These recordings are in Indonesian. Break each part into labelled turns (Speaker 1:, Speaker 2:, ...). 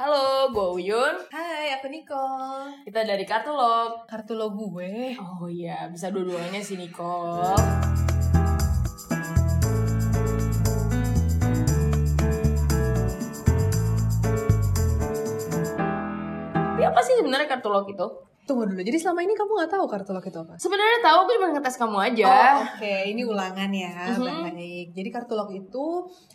Speaker 1: Halo, gue Uyun.
Speaker 2: Hai, aku Nicole.
Speaker 1: Kita dari Katulog.
Speaker 2: Kartu lo gue.
Speaker 1: Oh iya, bisa dua-duanya sih Nicole. Tapi apa sih sebenarnya Kartulog itu?
Speaker 2: Tunggu dulu. Jadi selama ini kamu nggak tahu kartu lo itu apa?
Speaker 1: Sebenarnya tahu aku cuma ngetes kamu aja.
Speaker 2: Oh, Oke, ini ulangan ya.
Speaker 1: Ya. Mhm.
Speaker 2: Baik. Jadi kartu lo itu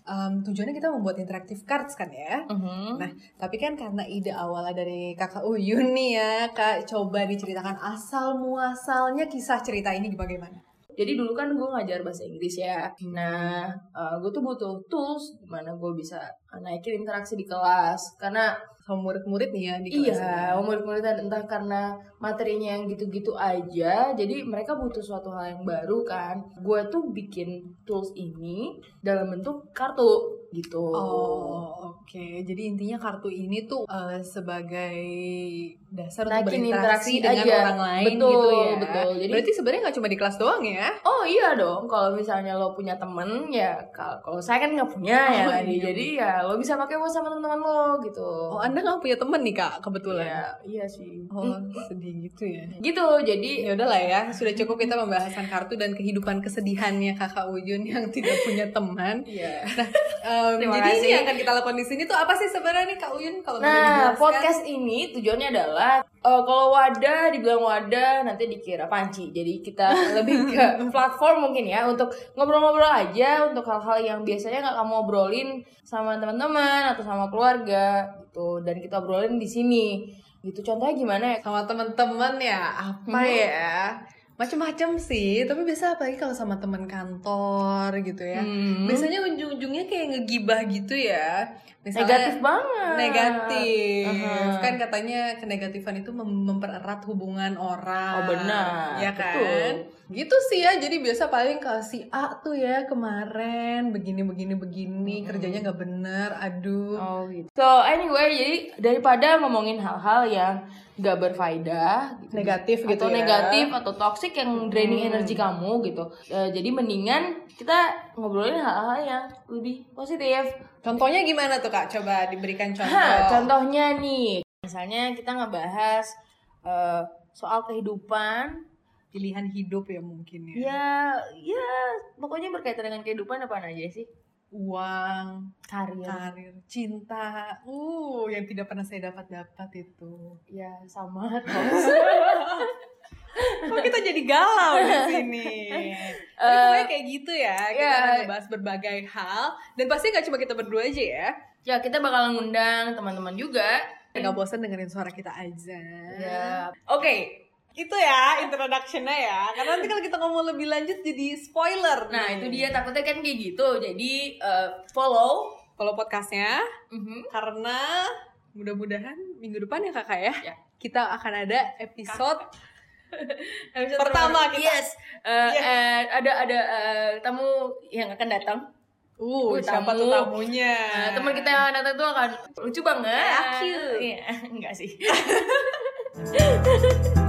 Speaker 2: em, tujuannya kita membuat interaktif cards kan ya.
Speaker 1: Mhm.
Speaker 2: Nah, tapi kan karena ide awalnya dari kakak Uyun nih ya, kak coba diceritakan asal muasalnya kisah cerita ini bagaimana?
Speaker 1: Jadi dulu kan gue ngajar bahasa Inggris ya. Nah, gue tuh butuh tools gimana gue bisa naikin interaksi di kelas. Karena
Speaker 2: Sama murid-murid nih ya di kelas
Speaker 1: Iya, murid-muridan entah karena materinya yang gitu-gitu aja, jadi mereka butuh suatu hal yang baru kan. Gue tuh bikin tools ini dalam bentuk kartu gitu.
Speaker 2: Oh, oke. Jadi intinya kartu ini tuh eh, sebagai dasar untuk
Speaker 1: Naikin
Speaker 2: berinteraksi
Speaker 1: interaksi
Speaker 2: dengan
Speaker 1: aja.
Speaker 2: orang lain
Speaker 1: Betul,
Speaker 2: gitu ya.
Speaker 1: betul. Jadi-
Speaker 2: berarti sebenarnya nggak cuma di kelas doang ya?
Speaker 1: Oh iya dong, kalau misalnya lo punya temen ya, kal- kalau saya kan nggak punya ya,
Speaker 2: Oh,
Speaker 1: tadi.
Speaker 2: iya.
Speaker 1: jadi ya lo bisa pakai buat sama teman-teman lo gitu.
Speaker 2: Oh, Anda nggak punya temen nih kak kebetulan?
Speaker 1: Iya, iya sih.
Speaker 2: Oh, sedih gitu ya.
Speaker 1: Gitu, jadi
Speaker 2: Ya udahlah ya, sudah cukup kita pembahasan kartu dan kehidupan kesedihannya kakak Ujun yang tidak punya teman. Nah,
Speaker 1: Iya.
Speaker 2: Em,
Speaker 1: Terima
Speaker 2: jadi ini
Speaker 1: kasih.
Speaker 2: yang akan kita lakukan di sini tuh apa sih sebenarnya nih kak Uyun kalau boleh
Speaker 1: Nah,
Speaker 2: dijelaskan?
Speaker 1: podcast ini tujuannya adalah eh, kalau wadah dibilang wadah nanti dikira panci. Jadi kita lebih ke platform mungkin ya untuk ngobrol-ngobrol aja untuk hal-hal yang biasanya nggak kamu obrolin sama teman-teman atau sama keluarga gitu dan kita obrolin di sini. Gitu contohnya gimana ya?
Speaker 2: sama teman-teman ya apa
Speaker 1: Mhm.
Speaker 2: ya macem-macem sih tapi biasa apalagi kalau sama teman kantor gitu ya
Speaker 1: Hmm,
Speaker 2: biasanya ujung-ujungnya kayak ngegibah gitu ya
Speaker 1: negatif Ah.
Speaker 2: misalnya
Speaker 1: banget.
Speaker 2: negatif
Speaker 1: Aha.
Speaker 2: kan katanya kenegatifan itu mem- mempererat hubungan
Speaker 1: Oh,
Speaker 2: orang
Speaker 1: benar.
Speaker 2: ya
Speaker 1: Betul.
Speaker 2: kan gitu sih ya jadi biasa paling kalau si A tuh ya kemarin begini begini begini
Speaker 1: Mhm.
Speaker 2: kerjanya nggak bener aduh
Speaker 1: Oh gitu. So anyway, jadi daripada ngomongin hal-hal yang gak berfaedah, gitu,
Speaker 2: Negatif
Speaker 1: atau
Speaker 2: gitu ya.
Speaker 1: negatif atau toxic yang draining
Speaker 2: Hmm.
Speaker 1: energi kamu gitu. Eh, jadi mendingan kita ngobrolin hal-hal yang lebih positif.
Speaker 2: contohnya gimana tuh kak coba diberikan contoh
Speaker 1: Hah, contohnya nih, misalnya kita ngebahas eh, soal kehidupan,
Speaker 2: pilihan hidup ya mungkin ya
Speaker 1: ya, ya pokoknya berkaitan dengan kehidupan apa aja sih?
Speaker 2: uang,
Speaker 1: Karir,
Speaker 2: karir, cinta, uh yang tidak pernah saya dapat dapat itu.
Speaker 1: ya sama.
Speaker 2: Kok kita jadi galau di sini? Tapi
Speaker 1: Eh,
Speaker 2: pokoknya kayak gitu ya, kita
Speaker 1: ya.
Speaker 2: akan ngebahas berbagai hal dan pasti nggak cuma kita berdua aja ya.
Speaker 1: ya kita bakal ngundang teman-teman juga.
Speaker 2: Nggak bosan dengerin suara kita aja.
Speaker 1: Ya,
Speaker 2: Oke. Itu ya introduction-nya ya. Karena nanti kalau kita ngomong lebih lanjut jadi spoiler.
Speaker 1: Nah
Speaker 2: nih.
Speaker 1: itu dia takutnya kan kayak gitu Jadi eh, follow
Speaker 2: Follow podcastnya Mm-hmm.
Speaker 1: Mhm.
Speaker 2: karena mudah-mudahan minggu depan ya kakak ya,
Speaker 1: Ya.
Speaker 2: kita akan ada episode
Speaker 1: Episode
Speaker 2: Pertama
Speaker 1: terbaru.
Speaker 2: kita.
Speaker 1: Yes, Eh,
Speaker 2: Yes.
Speaker 1: eh, Ada ada eh, tamu yang akan datang
Speaker 2: Uh,
Speaker 1: Uh,
Speaker 2: Nah, siapa
Speaker 1: tamu.
Speaker 2: tuh tamunya?
Speaker 1: Eh, Teman kita yang akan Iya, datang itu akan lucu banget
Speaker 2: Ah, cute.
Speaker 1: Iya, Enggak sih